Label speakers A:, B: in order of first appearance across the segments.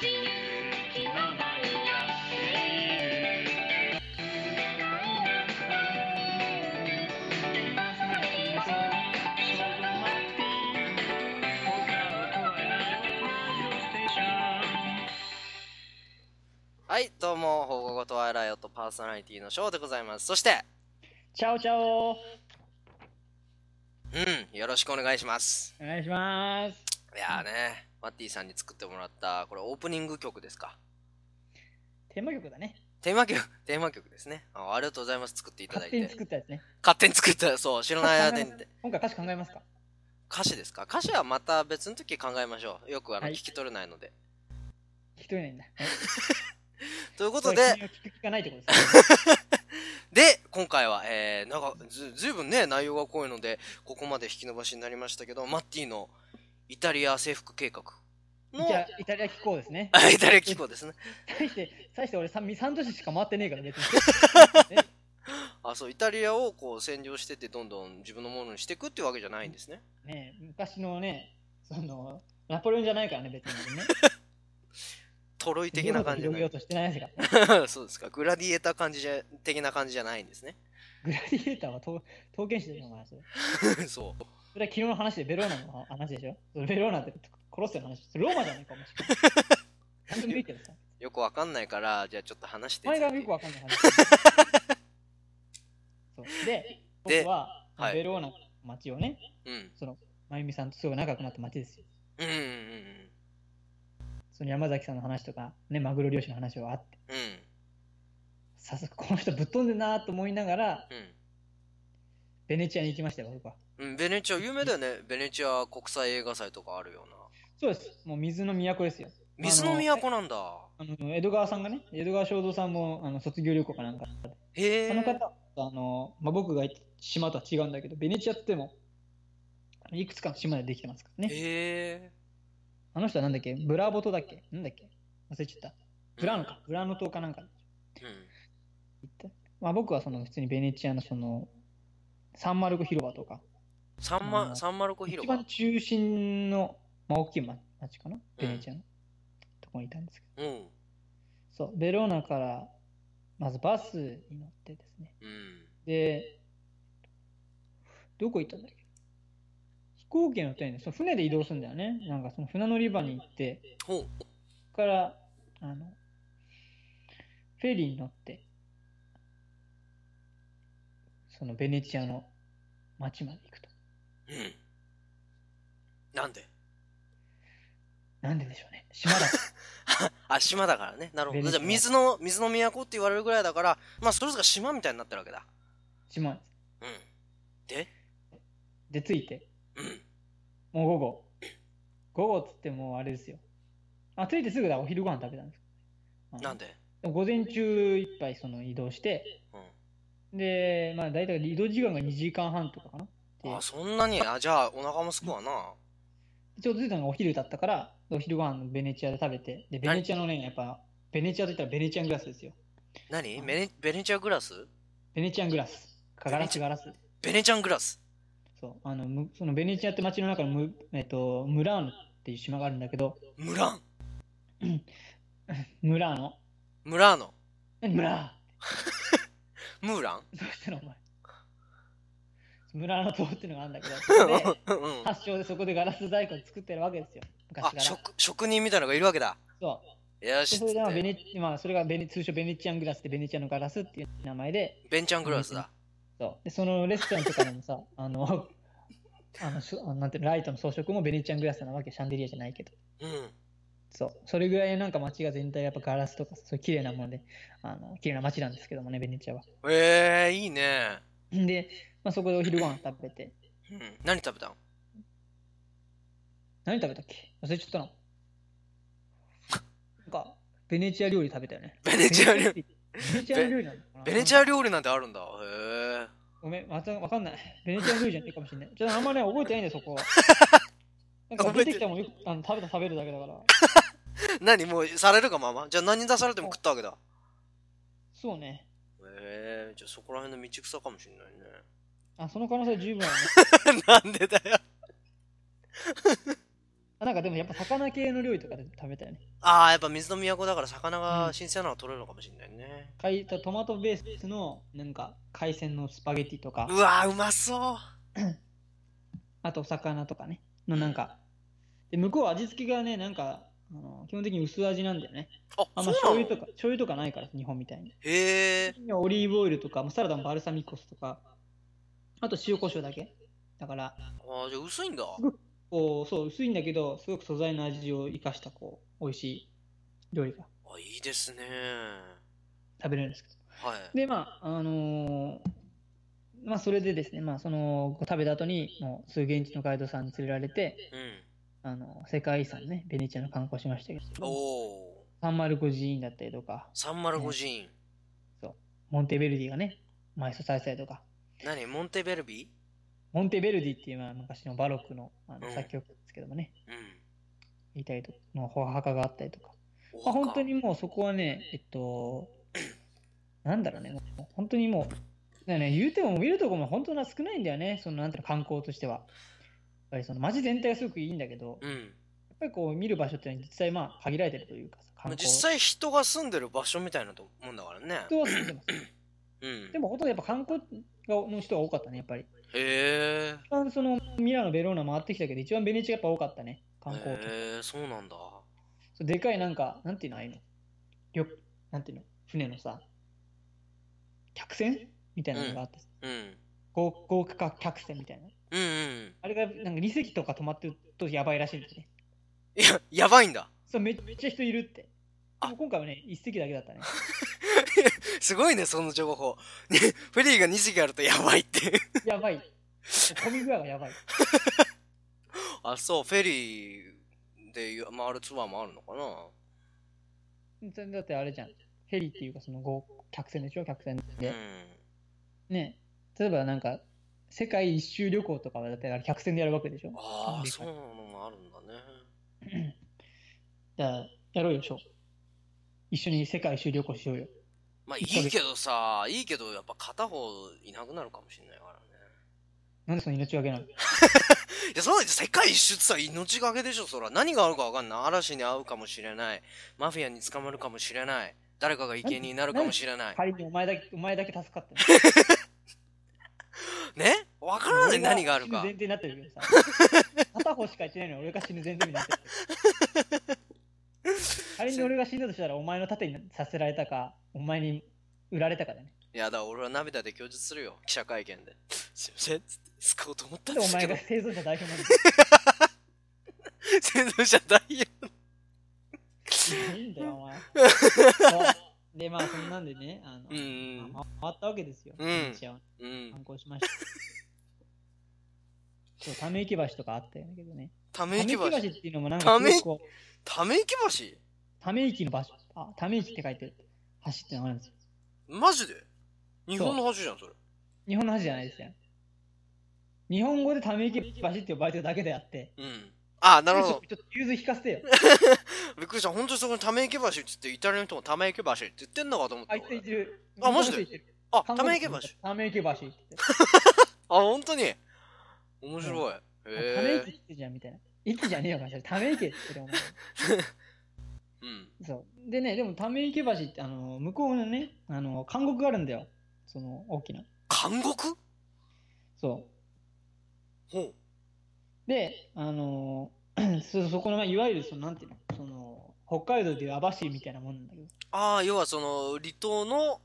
A: きる気ままにやっているくだらないな手間先のそのまって他を問えないラジオステーション
B: はい、どうも、放課後トワイライオットパーソナリティのショーでございます。そして、
C: チャオチャオお
B: うん、よろしくお願いします。
C: 願いします。
B: いやーね、マッティさんに作ってもらった、これオープニング曲ですか。
C: テーマ曲だね。
B: テーマ曲、 テーマ曲ですね。あありがとうございます。作っていただい
C: 勝手
B: て。
C: に作ったやつね。
B: 勝手に作った、そう、知らない間 に。
C: 今回歌詞考えますか
B: 歌詞ですか歌詞はまた別の時考えましょう。よくあの、
C: はい
B: 聞き取れないので。
C: 聞き取れないんだ。
B: というこ
C: ことれ
B: で、
C: 君を聞く聞かないってことですね。
B: で、今回は、えー、なんかず、ずいぶんね、内容が濃いので、ここまで引き伸ばしになりましたけど、マッティのイタリア征服計画の
C: じゃあ、イタリア聞こうですね。
B: あ イタリア機構ですね。
C: 対して、対して俺三三都市しか回ってねえから別に。ね
B: あ、そう、イタリアをこう占領してって、どんどん自分のものにしていくっていうわけじゃないんですね。
C: ねえ昔のね、その、ナポレオンじゃないからね、別にね。
B: トロイ的な感じじゃ
C: 広げ
B: な
C: よう
B: い。
C: としてないですから。
B: そうですか。グラディエーター感じじゃ的な感じじゃないんですね。
C: グラディエーターは刀刀剣士でしょ、お前それ。
B: そう。
C: それは昨日の話でベローナの話でしょ。それベローナって殺すような話。それローマじゃねえか、もしれない。 ちゃんと見てるさ。
B: よくわかんないから、じゃあちょっと話して。
C: お前がよくわかんない 話。そうで、
B: で
C: 僕は、
B: はい
C: ベローナの街をね、
B: うん。
C: その、まゆみさんとすごい仲良くなった街ですよ。
B: うんうんうん
C: その山崎さんの話とか、ね、マグロ漁師の話はあって、
B: うん。うん。
C: 早速この人ぶっ飛んでんなと思いながら、
B: うん。
C: ベネチアに行きましたよ、僕は。
B: うん、ベネチア、有名だよね。ベネチア国際映画祭とかあるような。
C: そうです。もう水の都ですよ。
B: 水の都なんだ。
C: あの、江戸川さんがね、江戸川正蔵さんも、あの、卒業旅行かなんか。
B: へえ。
C: その方は、あの、まあ、僕が行った島とは違うんだけど、ベネチアっても、あのいくつかの島でできてますからね。
B: へえ。
C: あの人はなんだっけブラボトだっけなんだっけ忘れちゃった。ブラノか。ブラノ島かなんか。
B: うん。
C: まあ僕はその普通にベネチアのその、サンマルコ広場とか、
B: サンマ、サンマルコ
C: 一
B: 広場
C: 番。中心の、まあ大きい町かなベネチアの、とこにいたんですけ
B: うん。
C: ど。そう、ベローナから、まずバスに乗ってですね。
B: うん。
C: で、どこ行ったんだっけ飛行機に乗ったんで、その船で移動するんだよね。なんかその船乗り場に行って、
B: ほう。
C: そこから、あの、フェリーに乗って、そのベネチアの町まで行くと。
B: うん。なんで
C: なんででしょうね。島だ。
B: あ、島だからね。なるほ
C: ベ
B: ど。
C: ネ
B: じ
C: チ
B: ゃ
C: ア
B: あ、水の、水の都って言われるぐらいだから、まあ、それぞれ島みたいになってるわけだ。
C: 島で
B: うん。で、
C: す。で、着いて、
B: うん。
C: もう午後。午後っつってもうあれですよ。あ、着いてすぐだ、お昼ご飯食べたんです。あの
B: なんで
C: でも午前中いっぱいその移動して、
B: う
C: で、まあ大体移動時間が2時間半とかかな。で
B: ん。あ、そんなにあ、じゃあ、お腹もすくわな。
C: ちょうど着いたのがお昼だったから、お昼ご飯ベネチアで食べて、で、ベネチアのね、やっぱ、ベネチアといったらベネチアングラスですよ。
B: 何ベネ、ベネチアグラス
C: ベネチアングラス。かガラスガラス。
B: ベネチアングラス。
C: そう。あの、むそのベネチアって街の中のむ、えっと、ムラーノっていう島があるんだけど、
B: ムラン。
C: ムラーノ。
B: ムラーノ。
C: 何ム ラ
B: ムーラン
C: ーどうしたのお前。ムラーノ島っていうのがあるんだけど、 そこで
B: うんうん。
C: 発祥でそこでガラス細工を作ってるわけですよ。
B: あ
C: 昔、から。
B: 職、職人みたいなのがいるわけだ。
C: そ
B: よ
C: う。で
B: し。
C: それでまあベ
B: ベ
C: ネ、まあ、それがベネ通称ベネチアングラスってベネチアのガラスっていう名前で、
B: ンチャングラスだ。
C: そうでそのレストランとかでもさあの あのしょあのなんていうのライトの装飾もベネチアングラスなわけシャンデリアじゃないけど
B: うん。
C: そうそれぐらいなんか街が全体やっぱガラスとかそういう綺麗なものであの綺麗な街なんですけどもねベネチアは
B: ええ、いいね。
C: で、まあ、そこでお昼ご飯食べて
B: うん。何食べたん
C: 何食べたっけ忘れちゃったななんかベネチア料理食べたよね
B: ベネチア料理。
C: ベネチア料理なのかな
B: ベネチア料理なんてあるんだ。へえ。
C: ごめん、またわかんない。ベネチア料理じゃないかもしれない。ちょっとあんまね、覚えてないんだよ、そこは。なんか
B: 覚え
C: 出て
B: て
C: きたもんよくあの食べた食べるだけだから。
B: 何もうされるがままじゃあ何出されても食ったわけだ
C: そうね。
B: へえじゃあそこら辺の道草かもしんないね
C: あ、その可能性十分あるね。
B: なんでだよ
C: あなんかでもやっぱ魚系の料理とかで食べたよね。
B: ああ、やっぱ水の都だから魚が新鮮なのが取れるのかもしれないね。
C: かいトマトベースのなんか海鮮のスパゲティとか
B: う、わー、うまそう。
C: あとお魚とかね、のなんか。で、向こうは味付けがね、なんか、あの基本的に薄味なんだよね。
B: あ、
C: あんま
B: そう
C: 醤
B: な
C: 油
B: の
C: とか、醤油とかないから、日本みたいに。
B: へえ。
C: オリーブオイルとか、もうサラダのバルサミコ酢とか、あと塩コショウだけ。だから、
B: ああ、じゃあ薄いんだ。
C: こう、そう、薄いんだけど、すごく素材の味を生かした、こう、美味しい料理が
B: あ、いいですね。
C: 食べれるんですけど。
B: はい。
C: で、まあ、あのーまあ、それでですね、まあ、その、食べた後に、もう、すぐ現地のガイドさんに連れられて、
B: うん。
C: あの、世界遺産ね、ベネチアの観光しましたけ
B: お
C: ど、
B: お。
C: サンマルコ寺院だったりとか、
B: 305寺院。
C: モンテベルディがね、埋葬されたりとか、
B: 何モンテベルビ
C: モンテベルディっていう、まあ、昔のバロックのあ
B: う
C: の
B: ん
C: 作曲ですけどもね、
B: うん。
C: いたりとか、のお墓があったりとか、
B: お
C: まあ、
B: 墓
C: 本当。にもうそこはね、えっと、なんだろうね、もう本当にもう、だよね、言うても見るとこも本当は少ないんだよね、そのなんていうの観光としては。やっぱりその街全体はすごくいいんだけど、やっ
B: うん。
C: ぱりこう見る場所っていうのは実際まあ限られてるというかさ、
B: ま
C: 観
B: あ
C: 光
B: 実際人が住んでる場所みたいなと思うんだからね。
C: 人は住んでます。
B: うん
C: で。もほとんどやっぱ観光の人が多かったね、やっぱり。
B: へえ。
C: 一番そのミラノ、ベローナ回ってきたけど、一番ベネチアやっぱ多かったね、観光客。
B: へえ、そうなんだ。
C: そうでかいなんか、なんていうのああいうの旅なんていうの船のさ、客船みたいなのがあってさ
B: うん。
C: 豪豪華客船みたいな。
B: うんうん。
C: あれがなんか2隻とか止まってるとやばいらしいんですね。
B: いや、やばいんだ。
C: そうめっちゃ人いるって。
B: あ
C: でも今回はね、1隻だけだったね。
B: すごいね、その情報。 ねフェリーが2隻あるとやばいって。
C: やばい。混み具合がやばい。
B: あ、そう、フェリーで回るツアーもあるのかな
C: それだってあれじゃん。ヘリっていうかその豪客船でしょ、客船で。ね。例えばなんか、世界一周旅行とかはだってあれ客船でやるわけでしょ
B: うん。。ああ、
C: で
B: そ
C: か
B: う
C: い
B: なのもあるんだね。
C: じゃあ、やろうよ、ショー。一緒に世界一周旅行しようよ。
B: まあいいけどさ、いいけどやっぱ片方いなくなるかもしれないからね。
C: なんでその命がけなの
B: いや、そうだよ、世界一周ってさ、命がけでしょ、そら。何があるかわかんない。嵐に会うかもしれない。マフィアに捕まるかもしれない。誰かが生贄になるかもしれない。
C: 仮にお前だけ、お前だけ助かったの。
B: ねわからない、何がある
C: 死ぬ
B: か
C: 前。提になってるけどさ。 片方しか言ってないのに俺が死ぬ前提になってる。 仮に俺が死んだとしたらお前の盾にさせられたか、お前に売られたかだね。
B: いや、だから俺は涙で供述するよ。記者会見で。すいません、つって救おうと思ったん
C: なん
B: で
C: でお
B: すけ
C: 前
B: ど
C: が、生存者代表なんだ
B: 全然じゃないよ。
C: よ。いいんだよ、お 前。そうで、まあ、そんなんでね、あの、
B: うん
C: まあ回ったわけですよ。
B: うん
C: ベネチアを
B: うん。
C: 観光しました。そう、ため池橋とかあったんだけどね。
B: た
C: た
B: め
C: め
B: 息
C: 池橋
B: 橋
C: っ。ていうのもなん
B: た
C: か
B: め
C: すごくこう、
B: ため息橋
C: ため息の場所、あ、ため息って書いてる。橋ってのがあるんですよ。
B: マジで日本の橋じゃん、それ。
C: 日本の橋じゃないですよ。日本語でため息橋って呼ばれてるだけであって。
B: うん。あ、なるほど。
C: ちょっと融通引かせ てよ。
B: びっくりした。本当にそこにため池橋って言って、イタリアの人もため池橋って言ってんのかと思った
C: あい。ついてる。
B: あマジ
C: 日
B: で
C: 本の人いてる
B: あ、ため池橋。あ、
C: ため池橋って言ってる。
B: 本当に面白い。へ
C: ため
B: え。
C: 池ってじゃんみたいな。池じゃねえよ、それ。ため池って言ってるお前。
B: うん。
C: そう。でね、でもため池橋って、あの、向こうのね、あの、監獄があるんだよ。その、大きな。
B: 監獄
C: そう。
B: ほう。
C: で、あの そ、そこの、いわゆる、その、なんていうの、その、北海道でいう網走みたいなもんなんだけど、
B: ああ、要はその、離島の、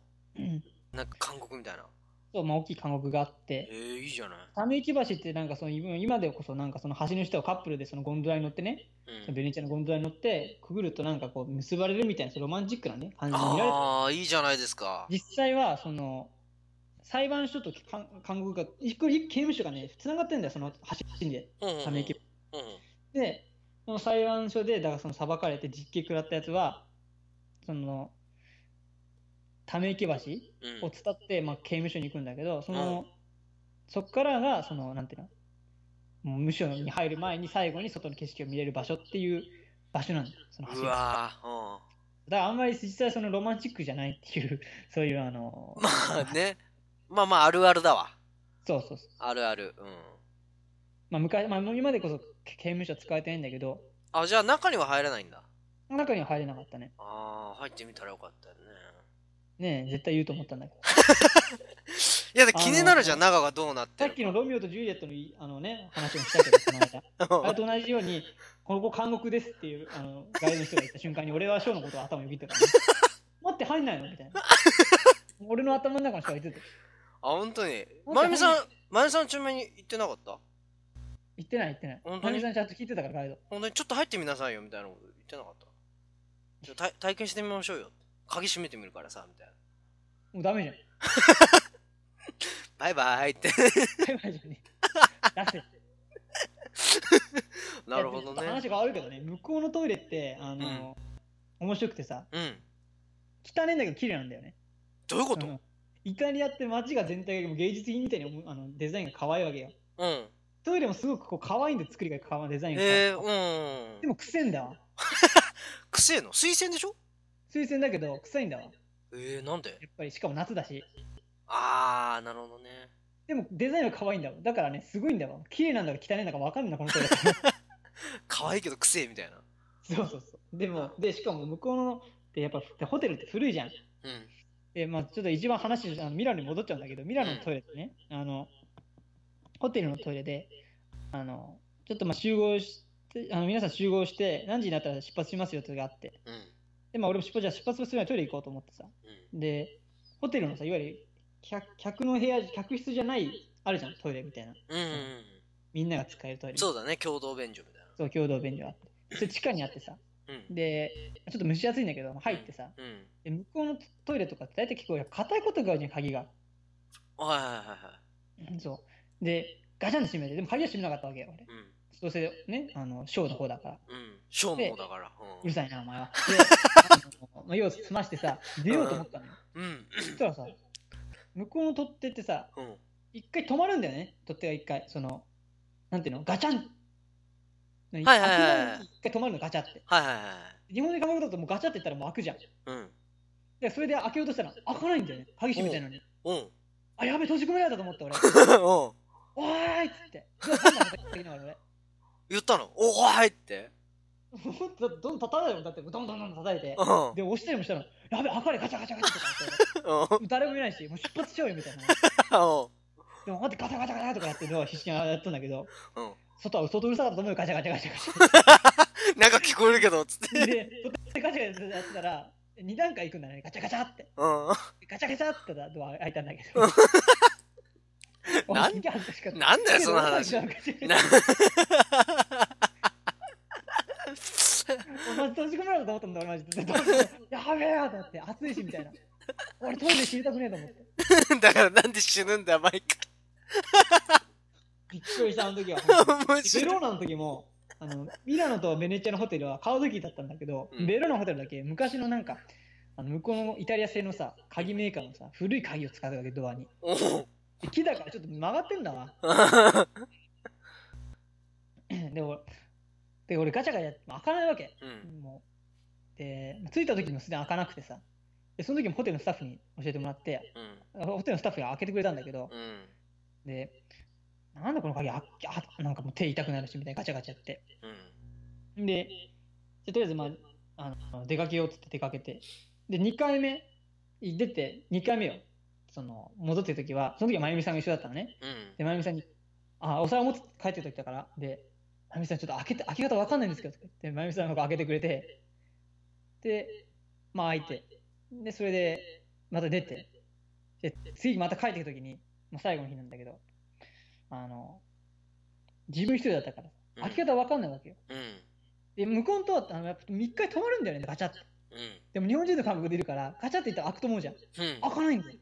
B: なんか監獄みたいな。
C: そう、まあ、大きい監獄があって、
B: ええ、いいじゃない。
C: ため池橋ってなんかその今今でこそなんかその橋の下をカップルでそのゴンドラに乗ってね、
B: うん。
C: ベネチアのゴンドラに乗ってくぐるとなんかこう結ばれるみたいなそのロマンチックなね感じに見られて
B: ああ、いいじゃないですか。
C: 実際はその裁判所とか看護が一個一個刑務所がねつながってんだよその橋で
B: た
C: ため池
B: うん。
C: でその裁判所でだからその裁かれて実刑食らったやつはそのため池橋
B: うん
C: を伝って、まあ、刑務所に行くんだけど、その、そこからが、その、なんていうの、もう無所に入る前に最後に外の景色を見れる場所っていう場所なんだよ、その
B: う
C: 橋が。
B: わー
C: だからあんまり実際そのロマンチックじゃないっていう、 そういうあの
B: うん。、 まあね。まあまあ、あるあるだわ。
C: そうそうそう。
B: あるある。うん。
C: まあ、昔、まあ、もう今でこそけ刑務所使えてないんだけど、
B: あ、じゃあ中には入らないんだ。
C: 中には入れなかったね。
B: ああ、入ってみたらよかったよね。
C: ねえ、絶対言うと思ったんだけど。
B: いや、で気になるじゃん、
C: あ
B: 中がどうなって
C: さ
B: る
C: っ
B: か
C: きのロミオとジュリエットのいあの、ね、話もしたけど、この間。あれと同じように、ここ監獄ですっていうあのガイドの人が言った瞬間に、俺はショーのことを頭よぎってたから、ね、待って、入んないのみたいな。俺の頭の中の人が言ってて、
B: あ、本当に。
C: 本当に
B: まゆみさん、まゆみさんの中面に行ってなかった
C: 言ってない、言ってない。
B: 本当
C: 神
B: に
C: さんちゃんと聞いてたから、ガイド。
B: 本当にちょっと入ってみなさいよみたいなこと言ってなかったちょっと体体験してみましょうよ鍵閉めてみるからさみたいな
C: もうダメじゃん。
B: バイバイって
C: バイバイじゃんね。出せ。
B: なるほど
C: いやちょっと
B: ね
C: 話変わるけどね、向こうのトイレって、あの、面白くてさ、
B: うん
C: 汚いんだけど綺麗なんだよね。
B: どういうこと
C: あのイタリアって街が全体がもう芸術品みたいに思うあのデザインが可愛いわけよ。
B: うん
C: トイレもすごくこう可愛いんで作りが可愛いデザインが可愛い
B: えー、う
C: で
B: ん
C: も臭いんだわ。
B: くせえの推薦でしょ
C: 水薦だけど臭いんだわ。や
B: えー、なんで
C: っぱりしかも夏だし。
B: あーなるほどね
C: でもデザインは可愛いんだわ。だからね、すごいんだわ。綺麗なんだか汚いんだか分かんないな、このトイレ。
B: 可愛いけどくせえみたいな
C: そうそうそう。でも、で、しかも向こうの、でやっぱでホテルって古いじゃん。
B: うん
C: で、まあ、ちょっと一番話、あのミラノに戻っちゃうんだけど、ミラノのトイレってね、あの、ホテルのトイレで、あの、ちょっとまあ集合して、あの皆さん集合して、何時になったら出発しますよっていうのがあって、
B: うん
C: で、まあ、俺も出発じゃあ出発する前にトイレ行こうと思ってさ、
B: うん
C: で、ホテルのさ、いわゆる客客の部屋、客室じゃない、あるじゃん、トイレみたいな。
B: うんうん
C: みんなが使えるトイ
B: う
C: レ。。
B: んそううだね共同便所みたい
C: そう、共同便所があって。それ地下にあってさ、
B: なうん
C: で、ちょっと蒸し暑いんだけど、入ってさ、
B: うん
C: で向こうのトイレとかって大体結構硬いことがあるじゃん、鍵が。
B: はいはいはいは
C: そう。で、ガチャンって閉めて、でも鍵は閉めなかったわけよ、俺。
B: いうん
C: どうせね、あの、ショーの方だから。
B: うんショーもだから
C: うる
B: う
C: さいな、お 前は。で、あのまあ、用済ましてさ、出ようと思ったのよ。
B: んうん
C: そしたらさ、向こうの取っ手ってさ、
B: うん
C: 一回止まるんだよね、取っ手が一回。その、なんていうの、ガチャン。はい
B: はいはいはい
C: 一回止まるの、ガチャって。
B: はいはいはい
C: 日本で考えだともうガチャって言ったらもう開くじゃん。
B: うん
C: で、それで開けようとしたら、開かないんだよね。鍵閉めたいのに。
B: うん
C: あ、やべ、閉じ込められたと思った 俺。
B: うん
C: おーいっつって。どうしたんだろうって言いながら俺。
B: 言ったのおーいって。
C: ほんとどんどん叩いてもだって、どんどんどん叩いて
B: う。ん。う ん。
C: で、押したりもしたら、やべ、開かれ、ガチャガチャガチャとかって
B: う
C: 誰もいないし、もう出発しようよみたいな。
B: ん。
C: でも、待って、ガチャガチャガチャとかやってるのは必死にやったんだけど、
B: うん
C: 外は外うるさかったと思うよ、ガチャガチャガチャガチ
B: なんか聞こえるけど、つって。
C: ャ。で、外でガチャガチャやってたら、2段階行くんだね、ガチャガチャって。
B: う
C: ガチャガチャってだドア開いたんだけ ど。
B: なん
C: 俺すげえ恥ずかしかった
B: ん。なんだよ、その話。
C: ガ
B: な
C: チャガチャガチャ俺閉じ込められたと思ったんだ、俺マジで。やべえよと思って、暑いしみたいな。俺トイレ死にたくねえと思って。
B: だからなんで死ぬんだよ、毎
C: びっくりした、あの時は。
B: 回。
C: ベ
B: 面白い。
C: ローナの時も、あのミラノとベネチアのホテルはカードキーだったんだけど、
B: うん
C: ベローナのホテルだけ昔のなんか、あの向こうのイタリア製のさ、鍵メーカーのさ、古い鍵を使うわけ、ドアに。
B: おう
C: で木だからちょっと曲がってんだわ。で、俺、で俺ガチャガチャやっても開かないわけ。
B: うん。
C: もう。で、着いた時もすでに開かなくてさ。で、その時もホテルのスタッフに教えてもらって、
B: うん。
C: ホテルのスタッフが開けてくれたんだけど、
B: うん。
C: で、なんだこの鍵、ああなんかもう手痛くなるし、みたいなガチャガチャやって。
B: うん。
C: で、じゃとりあえず、まあ、あの出かけようってって出かけて、で、2回目、い出て、2回目よ、その、戻ってる時は、その時はまゆみさんが一緒だったのね。
B: うん。
C: で、まゆみさんに、あ、お皿持って帰ってる時だから、で、まゆみさんちょっと開けて、開け方わかんないんですけど、で、まゆみさんがこう開けてくれて、で、まあ開いて、で、それで、また出て、で、次また帰ってくる時に、まあ最後の日なんだけど、あの、自分一人だったから、開け方わかんないわけよ。
B: うん。
C: で、向こうの塔ってあの、やっぱ3回止まるんだよね、ガチャって。
B: うん。
C: でも日本人の感覚でいるから、ガチャって言ったら開くと思うじゃん。
B: うん。
C: 開かないんだよ。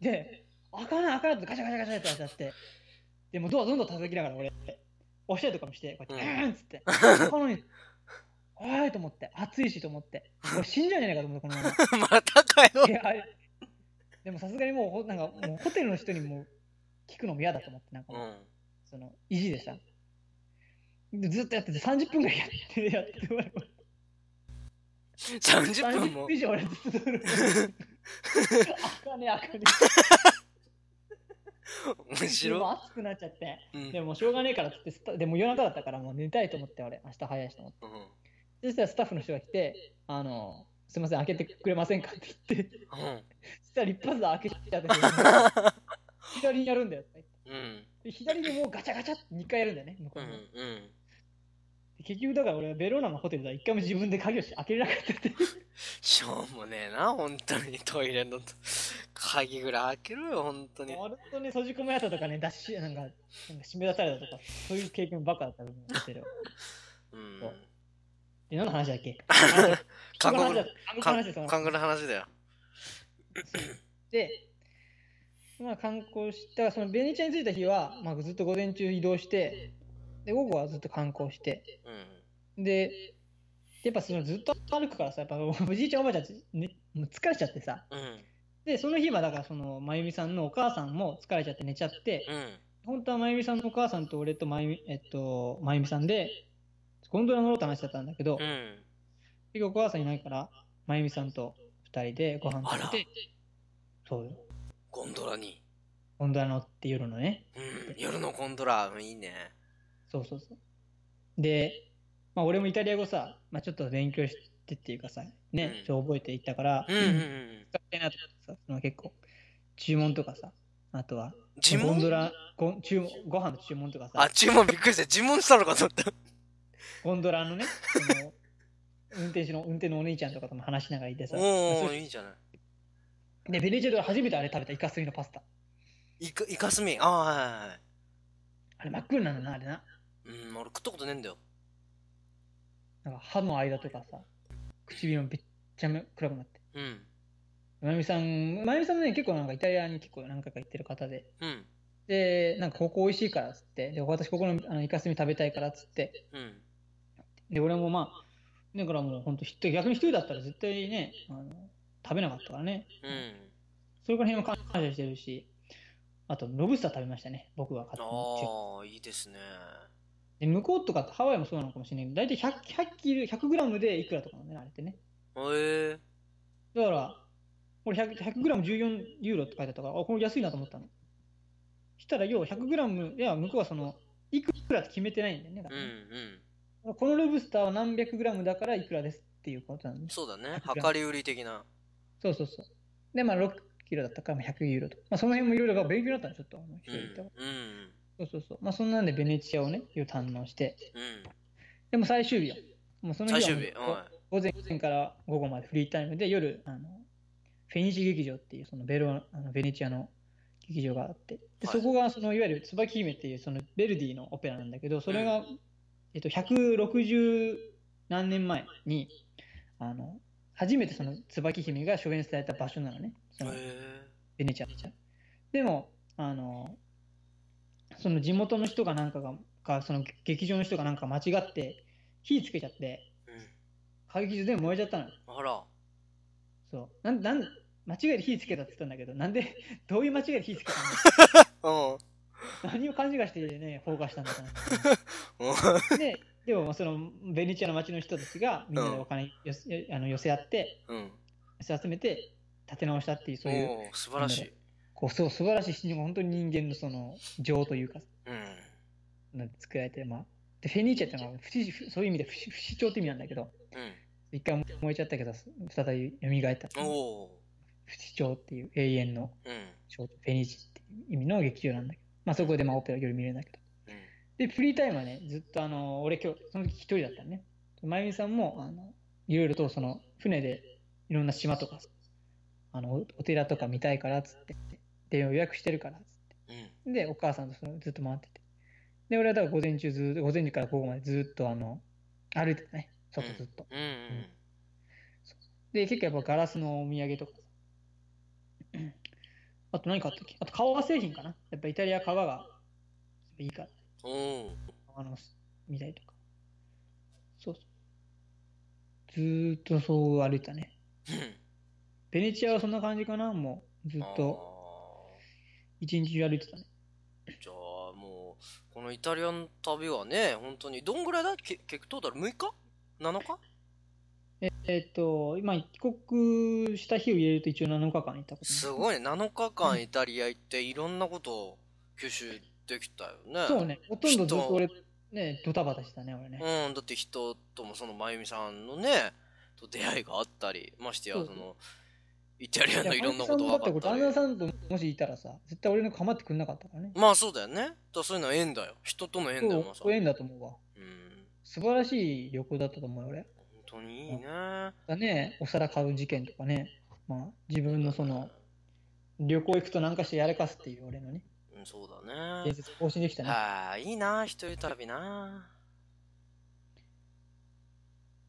C: で、開かない開かないってガチャガチャガチャってやっちゃって。で、もうドアどんどん叩きながら俺、押したりとかもして、こうやって、う
B: うん
C: ーんっつって。開かないんだよ。おいと思って、暑いしと思って。俺死んじゃうんじゃないかと思って、このま
B: またかよ
C: ま。い。や、あれでもさすがにもうほ、なんかもうホテルの人にも聞くのも嫌だと思って、なんか
B: う
C: もう。
B: ん。
C: その意地でさ。でずっとやってて30分ぐらいやってやって俺も
B: 30分
C: 30
B: も
C: 分。以上俺 ずっと撮る。あかねあかね。
B: 面
C: も
B: 白
C: う暑くなっちゃって。
B: い。うん。
C: でもしょうがねえからっつってスタ、でも夜中だったからもう寝たいと思って、俺、明日早いしと思って。
B: うん。
C: そしたらスタッフの人が来て、あの、すみません、開けてくれませんかって言って、
B: うん。
C: そしたら一発で開けちゃって、 左にやるんだよって言って。
B: うん。
C: で左でもうガチャガチャって2回やるんだよね、向こ
B: う
C: うに。
B: ん。うん。
C: で結局だから俺はベローナのホテルでは一回も自分で鍵をし開けれなかったって。
B: しょうもねえな、本当にトイレのと鍵ぐらい開けろよ、本当に。
C: 割とね、閉じ込められたとかね、出し、なんか、なんか締め出されたとか、そういう経験ばっかだった部分ホテルは。
B: うん
C: そ。うで、何の話だっ け
B: 韓国の
C: だ、韓国の話だ
B: 韓国の話だよ。
C: で、まあ、観光した、そのベネチアに着いた日は、まあ、ずっと午前中移動して、で、午後はずっと観光して、
B: うん。
C: で、やっぱそのずっと歩くからさ、やっぱお じいちゃんおばあちゃんって、ね、もう疲れちゃってさ、
B: うん。
C: で、その日はだからその、まゆみさんのお母さんも疲れちゃって寝ちゃって、
B: うん。
C: 本当はまゆみさんのお母さんと俺とまゆみ、えっと、まゆみさんで、ゴンドラ乗ろうって話だったんだけど、
B: うん。
C: 結局お母さんいないから、まゆみさんと二人でご飯食べて、そうよ、
B: ゴンドラに。
C: ゴンドラ乗って夜のね、
B: うん。夜のゴンドラ、いいね。
C: そうそうそう。で、まあ、俺もイタリア語さ、まあ、ちょっと勉強してっていうかさ、
B: う
C: ね
B: ん、
C: ちょっと覚えていったから、
B: うんうんう
C: 使
B: ん。
C: ってなと思ってさ、その結構、注文とかさ、あとは、
B: 呪
C: ゴンド
B: 文
C: ラご注文、ご飯の注文とか
B: あ
C: さ、、
B: 呪文びっくりした。呪文したのかと思った。
C: ゴンドラのね、その運転手の、運転のお姉ちゃんとかとも話しながらいてさ、
B: お
C: そ
B: お
C: う
B: いいじゃない。
C: で、ベネチアで初めてあれ食べたイカスミのパスタ。
B: イカ、イカスミ。ああ、はいはいはい。
C: あれ真っ黒なんだな、あれな。
B: うん、俺食ったことねえんだよ。
C: なんか歯の間とかさ、唇もべっちゃめ暗くなって。
B: うん。
C: まゆみさん、まゆみさんね、結構なんかイタリアに結構何回か行ってる方で、
B: うん。
C: で、なんかここ美味しいからっつって、で、私ここのあのイカスミ食べたいからっつって、
B: うん。
C: で、俺もまあ、だからもう本当一人、逆に一人だったら絶対ね、あの食べなかったからね、
B: うん。
C: それから辺は感謝してるし、あとロブスター食べましたね、僕は買って
B: ああ、いいですね。
C: で、向こうとかってハワイもそうなのかもしれないけど、大体100、100キロ、100グラムでいくらとかなのね、あれってね。
B: へえ。
C: だから、俺100、100グラム14ユーロって書いてあったから、あ、これ安いなと思ったの。したら、要は100グラム、いや、向こうはその、いくらって決めてないんだよね。だ
B: う
C: からね
B: ん
C: このロブスターは何百グラムだからいくらですっていうことなん
B: うん。
C: です。
B: そうだね。量り売り的な。
C: そうそうそう。で、まあ6キロだったからまあ100ユーロと。まあその辺もいろいろが勉強になったの、ちょっと。あの一人
B: う
C: で行ったか
B: ん。うん。
C: らそうそうそう。まあそんなんでベネチアをね、いろいろ堪能して。
B: うん。
C: でも最終日よ。もうその
B: 最
C: 日
B: 終
C: はもう
B: 日。は
C: 午前午前から午後までフリータイムで夜、あのフェニチ劇場っていうそのベロあのベネチアの劇場があって、で
B: はい
C: そこがそのいわゆる椿姫っていうそのベルディのオペラなんだけど、それが、
B: う
C: えっと、160何年前にあの初めてその椿姫が初演された場所なのね、そ
B: い。へ
C: の
B: え。
C: ベネチアの。でもあのその地元の人がなんかがかその劇場の人がなんか間違って火つけちゃって
B: うん。
C: 歌劇場で燃えちゃったのよ。
B: あら。
C: そう。なん、なん、間違えで火つけたって言ったんだけど、なんで、 どういう間違えで火つけた
B: うん。
C: の 何を勘違いしてね、放火したんだか
B: うん
C: な。で、でも、その、ベニチアの町の人たちが、みんなでお金よせ、あの寄せ合って、
B: うん。
C: 寄せ集めて、立て直したっていう、そういう、
B: おお、素晴らしい。
C: こう、そう、素晴らしい人本当に人間のその、情というか、
B: うん。
C: なんて作られてる、まあ。で、フェニーチェってのは、不死そういう意味で不死不死鳥って意味なんだけど、一回燃えちゃったけど、再び蘇った。
B: うん。お
C: 不
B: お。
C: 死鳥っていう永遠の
B: うん。
C: ショートフェニーチっていう意味の劇場なんだけど、まあ、そこでまあオペラ夜見れるんだけど。
B: うん。
C: で、フリータイムはね、ずっとあの、俺今日、その時一人だったのね。まゆみさんも、あの、いろいろとその、船でいろんな島とか、あの、おお寺とか見たいからっつって、で、予約してるからっつっ
B: うん。
C: て。で、お母さんとそのずっと回ってて。で、俺はだから午前中ずーっと、午前中から午後までずっとあの、歩いてたね。外ずっと。
B: うんうん。
C: で、結構やっぱガラスのお土産とか さ。あと何買ったっけあと革製品かなやっぱイタリア革がいいから、
B: おお。
C: 革のみたいとか。そうそう。ずーっとそう歩いたね。ベネチアはそんな感じかなもうずっと
B: と。
C: 一日中歩いてたね。
B: じゃあもうこのイタリアの旅はね本当にどんぐらいだけ結局トータル6日 ?7 日
C: えっと、今帰国した日を入れると一応7日間いたことになる
B: すごいね7日間イタリア行っていろんなことを吸収できたよね。
C: そうね、ほとんどずっと俺、ね、ドタバタしたね、俺ね。
B: うん、だって人ともそのまゆみさんのね、と出会いがあったり、ましてや
C: そう
B: その、イタリア
C: いや
B: のいろんなこと
C: だ
B: が
C: って
B: 分
C: こ
B: か
C: れ
B: っ
C: 旦那
B: た
C: さ
B: り。
C: んともしいたらさ、絶対俺の構ってくんなかったからね。
B: まあそうだよね。だからそういうのは縁だよ。人との縁だよ、まさ
C: そう、縁だと思うわ。
B: うん。
C: 素晴らしい旅行だったと思うよ、俺。
B: 本当にいいね。
C: だね、お皿買う事件とかね、まあ、自分のその、旅行行くとなんかしてやらかすっていう俺のね、
B: うん、そうだね
C: 伝。説更新できたね。
B: ああ、いいな、一人旅な。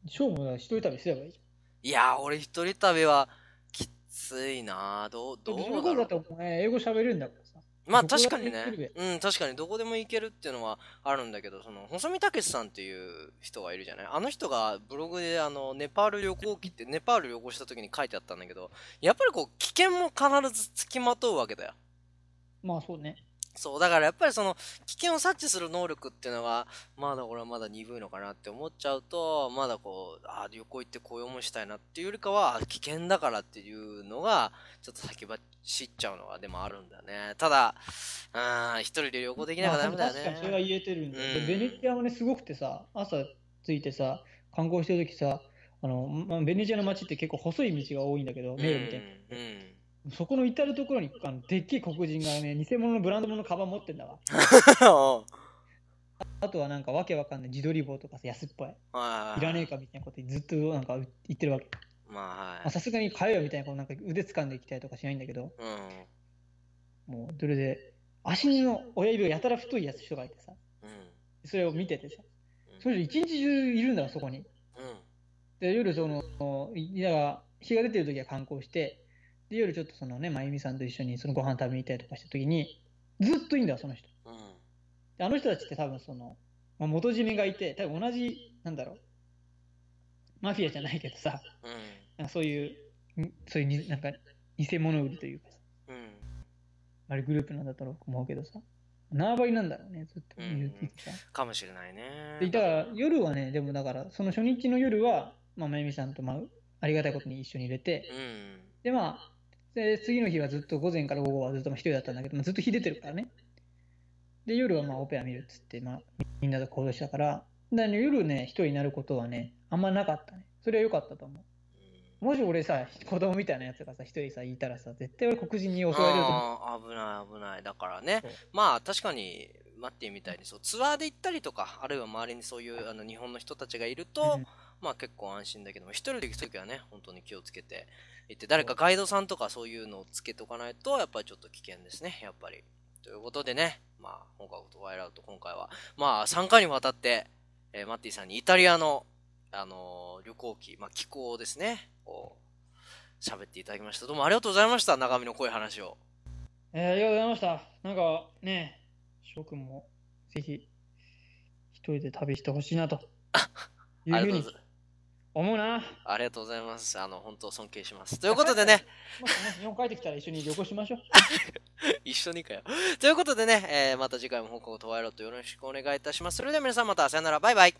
C: 勝負は一人旅すればいいじ
B: いやー、俺一人旅はきついな。ど
C: ゃ
B: う、
C: ん。
B: どう
C: だって
B: だ
C: 旅行だ
B: ろ
C: っ
B: う
C: て。お前、英語喋れるんだからさ。
B: まあ
C: どこ
B: 確か
C: でも
B: に
C: 行ける
B: ね。うん、確かにどこでも行けるっていうのはあるんだけど、その、細見武さんっていう人がいるじゃないあの人がブログで、あの、ネパール旅行記って、ネパール旅行した時に書いてあったんだけど、やっぱりこう、危険も必ず付きまとうわけだよ。
C: まあそうね。
B: そう、だからやっぱりその、危険を察知する能力っていうのが、まだ俺はまだ鈍いのかなって思っちゃうと、まだこう、ああ、旅行行ってこういう思いしたいなっていうよりかは、あ危険だからっていうのが、ちょっと先走っちゃうのが、でもあるんだよね。ただ、うん、一人で旅行できなきゃダメだよ
C: まあ確かにそれは
B: ね。
C: 言えてるんだよ
B: うん
C: でベネチアもね、すごくてさ、朝着いてさ、観光してるときさ、あの、まあ、ベネチアの街って結構細い道が多いんだけど、
B: う
C: 迷路みたいな。
B: ん、うん。
C: そこの至る所にあのでっけえ黒人がね、偽物のブランド物のカバン持ってんだわ。 あとはなんかわけわかんない自撮り棒とかさ、安っぽい。
B: はい
C: いらねえかみたいなことずっとなんか言ってるわけ。
B: まあ、
C: まあ
B: はい。
C: さすがに買えよみたいなことなんか腕掴んできたりとかしないんだけど、
B: う
C: もうそれで足の親指がやたら太いやつ人がいてさ、
B: ん。うん。
C: それを見ててさ、そ
B: うん。
C: れで一日中いるんだわ、そこに。
B: うん
C: で、夜その、いだから日が出てる時は観光して、で、夜ちょっとそのね、まゆみさんと一緒にそのご飯食べに行ったりとかした時に、ずっといいんだわ、その人。
B: うん。
C: であの人たちって多分その、まあ、元締めがいて、多分同じ、なんだろう、マフィアじゃないけどさ、
B: うん。
C: なんかそういう、んそういうに、なんか、偽物売りというかさ、
B: うん。
C: あれグループなんだと思うけどさ、縄張りなんだろうね、ずっと
B: う
C: 言
B: ん
C: う言ってさ。
B: かもしれないね。
C: で、だから夜はね、でもだから、その初日の夜は、まあ、まゆみさんと、まあ、ありがたいことに一緒に入れて、
B: うん。
C: で、まあ、で次の日はずっと午前から午後はずっとまあ一人だったんだけど、まあ、ずっと日出てるからね。で、夜はまあオペラ見るっつって、まあ、みんなと行動したから、だからね夜ね、一人になることはね、あんまなかったね。それは良かったと思う。もし俺さ、子供みたいなやつがさ、一人さ、いたらさ、絶対俺黒人に襲われると思う。
B: あー危ない危ないだからね
C: そう
B: まあ確かにマッティみたいにそうツアーで行ったりとかあるいは周りにそういうあの日本の人たちがいると、
C: うん
B: まあ結構安心だけども一人で行く時はね本当に気をつけて行って誰かガイドさんとかそういうのをつけておかないとやっぱりちょっと危険ですねやっぱりということでねまあ今回トワイラウト今回はまあ3回にわたって、えーマッティさんにイタリアの、あのー旅行記、まあ、気候ですねを喋っていただきましたどうもありがとうございました長身の濃い話を
C: えーありがとうございました。なんかね、翔くんもぜひ一人で旅してほしいなという
B: あ
C: ふ
B: り
C: う
B: がとう
C: に
B: ござ
C: 思うな。
B: ありがとうございます。あの、本当尊敬します。ということでね、
C: またね日本帰ってきたら一緒に旅行しましょう。
B: 一緒にかよ。ということでね、えーまた次回も報告とワイロットよろしくお願いいたします。それでは皆さんまたさよなら、バイバイ。